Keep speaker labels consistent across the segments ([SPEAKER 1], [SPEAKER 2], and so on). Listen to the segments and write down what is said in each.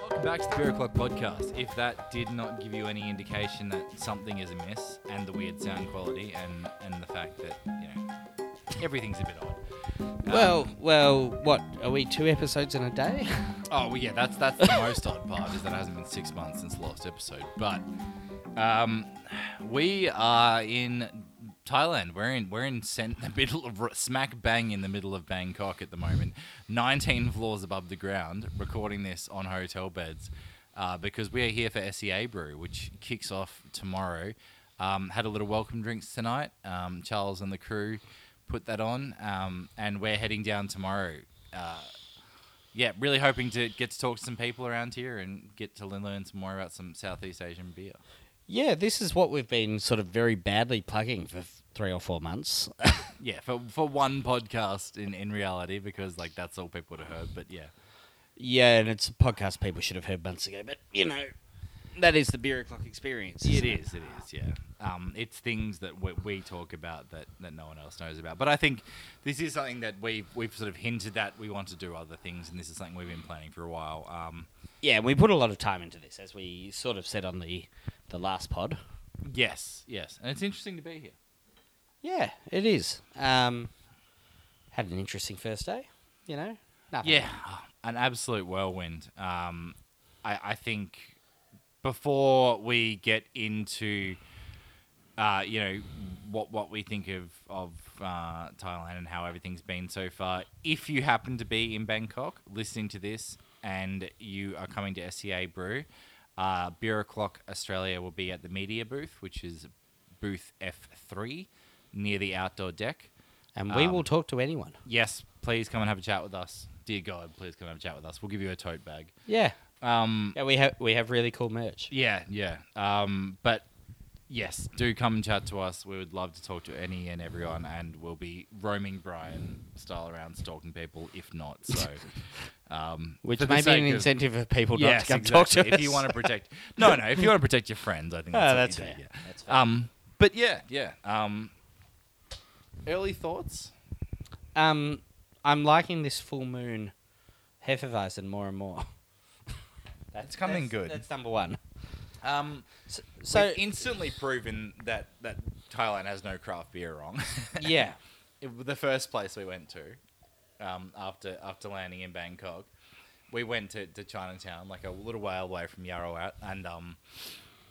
[SPEAKER 1] Welcome back to the Beer O'Clock podcast. If that did not give you any indication that something is amiss, and the weird sound quality, and and the fact that you know everything's a bit odd. Um,
[SPEAKER 2] Well, well, what are we? Two episodes in a day?
[SPEAKER 1] oh well, yeah, that's that's the most odd part is that it hasn't been six months since the last episode. But um, we are in Thailand. We're in we're in cent- the middle of smack bang in the middle of Bangkok at the moment, 19 floors above the ground, recording this on hotel beds, uh, because we are here for SEA Brew, which kicks off tomorrow. Um, had a little welcome drinks tonight. Um, Charles and the crew put that on, um, and we're heading down tomorrow. Uh, yeah, really hoping to get to talk to some people around here and get to learn some more about some Southeast Asian beer.
[SPEAKER 2] Yeah, this is what we've been sort of very badly plugging for f- three or four months.
[SPEAKER 1] Yeah, for for one podcast in in reality, because like that's all people would have heard. But yeah,
[SPEAKER 2] yeah, and it's a podcast people should have heard months ago, but you know, that is the beer o'clock experience.
[SPEAKER 1] it
[SPEAKER 2] isn't
[SPEAKER 1] is, it is, yeah. Um, it's things that we, we talk about that, that no one else knows about. But I think this is something that we've we've sort of hinted that we want to do other things, and this is something we've been planning for a while. Um,
[SPEAKER 2] Yeah, we put a lot of time into this, as we sort of said on the the last pod.
[SPEAKER 1] yes, yes, and it's interesting to be here.
[SPEAKER 2] Yeah, it is. Um, had an interesting first day, you know. Nothing.
[SPEAKER 1] Yeah, uh, an absolute whirlwind. Um, I, I think before we get into, uh, you know, what what we think of of uh, Thailand and how everything's been so far, if you happen to be in Bangkok listening to this and you are coming to SCA Brew, uh, Beer O'Clock Australia will be at the media booth, which is booth F three near the outdoor deck.
[SPEAKER 2] and we
[SPEAKER 1] um,
[SPEAKER 2] will talk to anyone.
[SPEAKER 1] Yes, please come and have a chat with us. Dear God, please come and have a chat with us. We'll give you a tote bag.
[SPEAKER 2] Yeah,
[SPEAKER 1] Um,
[SPEAKER 2] yeah, we have we have really cool merch.
[SPEAKER 1] yeah, yeah. Um, but yes, do come and chat to us. We would love to talk to any and everyone, and we'll be roaming Brian style around stalking people. If not, so um,
[SPEAKER 2] Which
[SPEAKER 1] for the
[SPEAKER 2] may be an
[SPEAKER 1] sake of-
[SPEAKER 2] incentive for people not
[SPEAKER 1] Yes,
[SPEAKER 2] to come
[SPEAKER 1] exactly.
[SPEAKER 2] talk to
[SPEAKER 1] If you want to protect, no, no. If you want to protect your friends, I think that's,
[SPEAKER 2] Ah,
[SPEAKER 1] what
[SPEAKER 2] that's
[SPEAKER 1] you do,
[SPEAKER 2] fair.
[SPEAKER 1] yeah.
[SPEAKER 2] That's fair.
[SPEAKER 1] Um, but yeah, yeah. Um, early thoughts.
[SPEAKER 2] Um, I'm liking this full moon Hefeweizen more and more. That's
[SPEAKER 1] It's coming
[SPEAKER 2] that's-
[SPEAKER 1] good.
[SPEAKER 2] That's number one.
[SPEAKER 1] Um,
[SPEAKER 2] So,
[SPEAKER 1] So
[SPEAKER 2] so
[SPEAKER 1] instantly proven that that Thailand has no craft beer wrong.
[SPEAKER 2] yeah,
[SPEAKER 1] It was the first place we went to, um, after after landing in Bangkok, we went to, to Chinatown, like a little way away from Yarrawat, and um,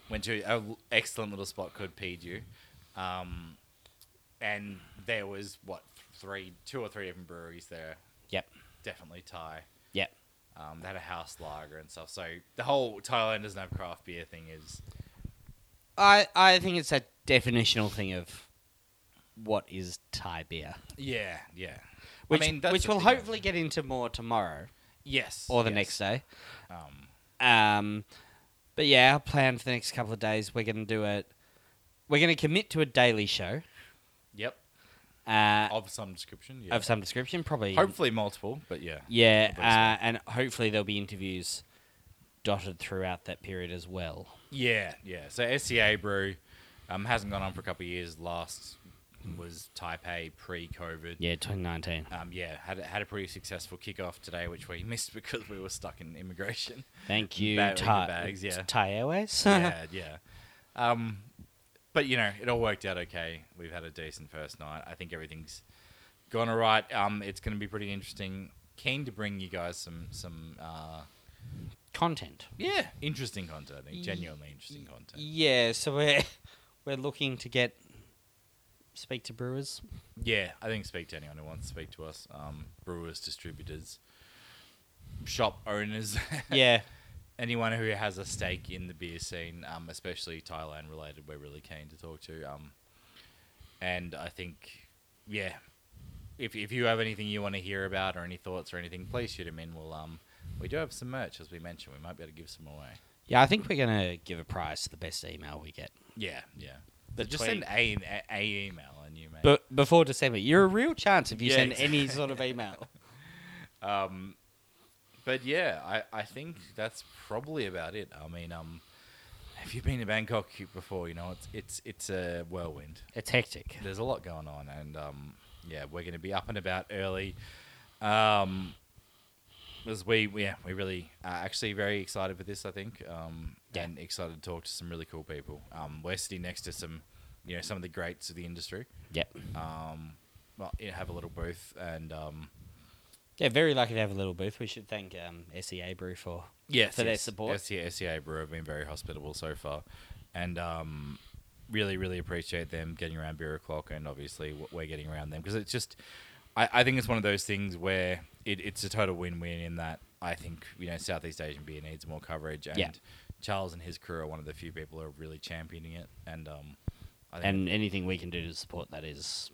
[SPEAKER 1] went to an excellent little spot called Piju, um, and there was what three, two or three different breweries there,
[SPEAKER 2] yep,
[SPEAKER 1] definitely Thai.
[SPEAKER 2] yep.
[SPEAKER 1] Um, they had a house lager and stuff. So the whole Thailand doesn't have craft beer thing is
[SPEAKER 2] I I think it's a definitional thing of what is Thai beer,
[SPEAKER 1] yeah, yeah.
[SPEAKER 2] which
[SPEAKER 1] mean, that's
[SPEAKER 2] which
[SPEAKER 1] the
[SPEAKER 2] we'll
[SPEAKER 1] thing, I
[SPEAKER 2] hopefully
[SPEAKER 1] think.
[SPEAKER 2] get into more tomorrow
[SPEAKER 1] Yes.
[SPEAKER 2] or the
[SPEAKER 1] yes.
[SPEAKER 2] next day.
[SPEAKER 1] Um,
[SPEAKER 2] Um, but yeah, our plan for the next couple of days, we're gonna do it. We're gonna commit to a daily show
[SPEAKER 1] yep.
[SPEAKER 2] uh,
[SPEAKER 1] Of some description. Yeah.
[SPEAKER 2] of some description, probably
[SPEAKER 1] Hopefully multiple, but yeah.
[SPEAKER 2] Yeah,
[SPEAKER 1] Obviously.
[SPEAKER 2] uh, and hopefully there'll be interviews dotted throughout that period as well.
[SPEAKER 1] Yeah, yeah. So SCA Brew um, hasn't gone on for a couple of years. Last was Taipei pre-COVID.
[SPEAKER 2] Yeah, 2019.
[SPEAKER 1] Um, yeah, had a, had a pretty successful kickoff today, which we missed because we were stuck in immigration.
[SPEAKER 2] Thank you,
[SPEAKER 1] Bag-
[SPEAKER 2] Thai,
[SPEAKER 1] bags, yeah.
[SPEAKER 2] Thai Airways.
[SPEAKER 1] yeah, yeah. Um, but you know, it all worked out okay. We've had a decent first night. I think everything's gone all right. Um, it's going to be pretty interesting. Keen to bring you guys some some uh,
[SPEAKER 2] Content.
[SPEAKER 1] Yeah, interesting content. I think.
[SPEAKER 2] Ye-
[SPEAKER 1] Genuinely interesting content.
[SPEAKER 2] Yeah, so we're we're looking to get speak to brewers.
[SPEAKER 1] Yeah, I think speak to anyone who wants to speak to us. Um, brewers, distributors, shop owners,
[SPEAKER 2] Yeah,
[SPEAKER 1] anyone who has a stake in the beer scene, um, especially Thailand related. We're really keen to talk to. Um, and I think, yeah, if if you have anything you want to hear about or any thoughts or anything, please shoot them in. We'll um, we do have some merch as we mentioned. We might be able to give some away.
[SPEAKER 2] yeah. I think we're gonna give a prize to the best email we get.
[SPEAKER 1] Yeah, yeah.
[SPEAKER 2] The
[SPEAKER 1] Just
[SPEAKER 2] tweet.
[SPEAKER 1] send a, a, a email and you may.
[SPEAKER 2] But before December, you're a real chance if you
[SPEAKER 1] Yeah,
[SPEAKER 2] send any sort of email.
[SPEAKER 1] Um, but yeah, I, I think that's probably about it. I mean, um, if you've been to Bangkok before, you know it's it's it's a whirlwind.
[SPEAKER 2] It's hectic.
[SPEAKER 1] There's a lot going on, and um, yeah, we're going to be up and about early. Um, As we yeah we really are actually very excited for this I think um,
[SPEAKER 2] Yeah.
[SPEAKER 1] and excited to talk to some really cool people. Um, we're sitting next to some you know some of the greats of the industry.
[SPEAKER 2] Yep.
[SPEAKER 1] Um, well, yeah, have a little booth and um,
[SPEAKER 2] Yeah, very lucky to have a little booth. We should thank um, SEA Brew for
[SPEAKER 1] yes,
[SPEAKER 2] for their
[SPEAKER 1] yes.
[SPEAKER 2] support.
[SPEAKER 1] SEA, SEA Brew have been very hospitable so far, and um, really, really appreciate them getting around Beer O'Clock, and obviously what we're getting around them because it's just, I, I think it's one of those things where it, it's a total win-win in that I think you know Southeast Asian beer needs more coverage, and
[SPEAKER 2] Yeah.
[SPEAKER 1] Charles and his crew are one of the few people who are really championing it, and um, I think
[SPEAKER 2] and anything we can do to support that is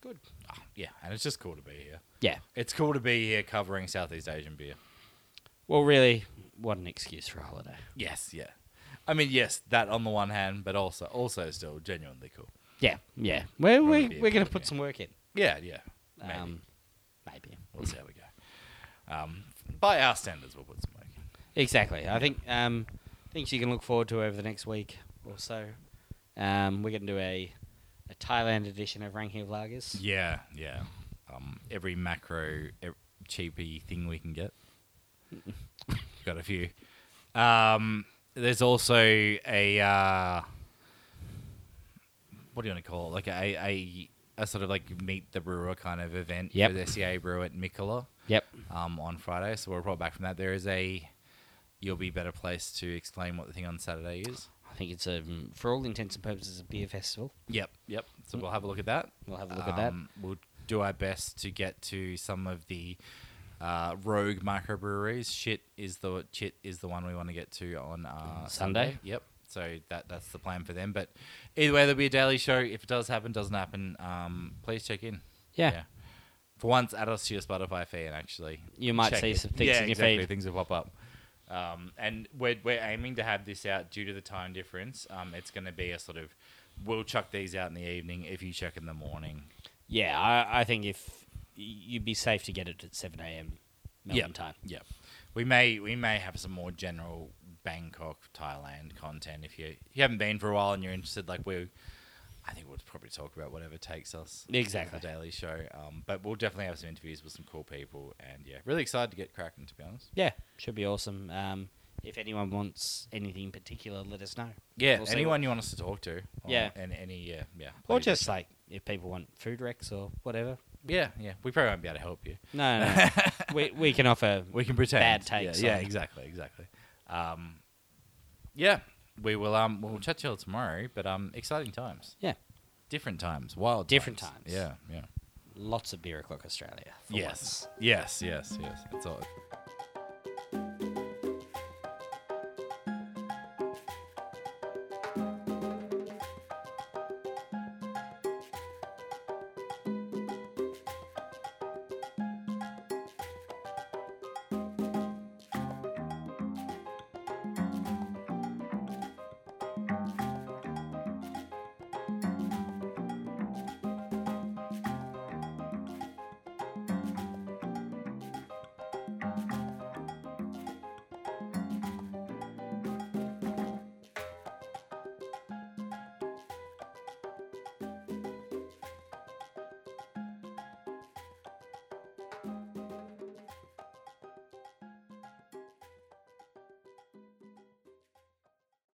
[SPEAKER 2] good.
[SPEAKER 1] ah, yeah, and it's just cool to be here.
[SPEAKER 2] Yeah.
[SPEAKER 1] It's cool to be here covering Southeast Asian beer.
[SPEAKER 2] Well, really, what an excuse for a holiday.
[SPEAKER 1] Yes, yeah. I mean, yes, that on the one hand, but also also still genuinely cool.
[SPEAKER 2] Yeah, yeah. We're,
[SPEAKER 1] Probably
[SPEAKER 2] we're,
[SPEAKER 1] be a
[SPEAKER 2] we're
[SPEAKER 1] good
[SPEAKER 2] going to put
[SPEAKER 1] idea.
[SPEAKER 2] some work in.
[SPEAKER 1] Yeah, yeah. Maybe.
[SPEAKER 2] Um, maybe.
[SPEAKER 1] we'll see how we go. Um, by our standards, we'll put some work. in.
[SPEAKER 2] Exactly. I think um, things you can look forward to over the next week or so. Um, we're going to do a, a Thailand edition of Ranking of Lagers.
[SPEAKER 1] Yeah, yeah. Um, every macro e- cheapy thing we can get. Got a few. Um, there's also a uh, what do you want to call it? Like a a, a sort of like meet the brewer kind of event
[SPEAKER 2] Yep.
[SPEAKER 1] with SEA Brew at Mikola.
[SPEAKER 2] Yep.
[SPEAKER 1] um, on Friday, so we'll report back from that. There is a you'll be better placed to explain what the thing on Saturday is.
[SPEAKER 2] I think it's, um, for all intents and purposes, a beer festival.
[SPEAKER 1] Yep, yep. So we'll have a look at that.
[SPEAKER 2] Mm. We'll have a look at that.
[SPEAKER 1] Um, We'll do our best to get to some of the uh, rogue microbreweries. Shit is the chit is the one we want to get to on uh,
[SPEAKER 2] Sunday.
[SPEAKER 1] Yep. So that that's the plan for them. But either way, there'll be a daily show. If it does happen, doesn't happen, um, please check in.
[SPEAKER 2] Yeah.
[SPEAKER 1] For once, add us to your Spotify feed. Actually,
[SPEAKER 2] You might
[SPEAKER 1] check
[SPEAKER 2] see
[SPEAKER 1] it.
[SPEAKER 2] some things
[SPEAKER 1] yeah,
[SPEAKER 2] in your
[SPEAKER 1] exactly.
[SPEAKER 2] feed.
[SPEAKER 1] Things will pop up. Um, and we're, we're aiming to have this out due to the time difference. Um, it's going to be a sort of we'll chuck these out in the evening if you check in the morning.
[SPEAKER 2] Yeah, I, I think if you'd be safe to get it at 7 a.m. Melbourne
[SPEAKER 1] Yep.
[SPEAKER 2] time.
[SPEAKER 1] Yep. We may we may have some more general Bangkok, Thailand content if you if you haven't been for a while and you're interested. Like we, I think we'll probably talk about whatever takes us. for
[SPEAKER 2] Exactly.
[SPEAKER 1] The Daily Show. Um, but we'll definitely have some interviews with some cool people and yeah, really excited to get cracking. To be honest.
[SPEAKER 2] Yeah, should be awesome. Um, if anyone wants anything in particular, let us know.
[SPEAKER 1] Yeah.
[SPEAKER 2] We'll see
[SPEAKER 1] anyone you want us to talk to. on-
[SPEAKER 2] Yeah.
[SPEAKER 1] And any yeah yeah.
[SPEAKER 2] what- or
[SPEAKER 1] please.
[SPEAKER 2] just like if people want food recs or whatever.
[SPEAKER 1] Yeah, yeah. We probably won't be able to help you.
[SPEAKER 2] No, no, no. we we can offer.
[SPEAKER 1] We can pretend.
[SPEAKER 2] Bad takes
[SPEAKER 1] Yeah, yeah
[SPEAKER 2] on-
[SPEAKER 1] exactly, exactly. Um, yeah, we will. Um, we'll chat to you all tomorrow. But um, exciting times,
[SPEAKER 2] Yeah,
[SPEAKER 1] different times, wild,
[SPEAKER 2] Different times.
[SPEAKER 1] Yeah, yeah.
[SPEAKER 2] lots of beer o'clock Australia. For
[SPEAKER 1] Yes,
[SPEAKER 2] once.
[SPEAKER 1] yes, yes, yes. That's all.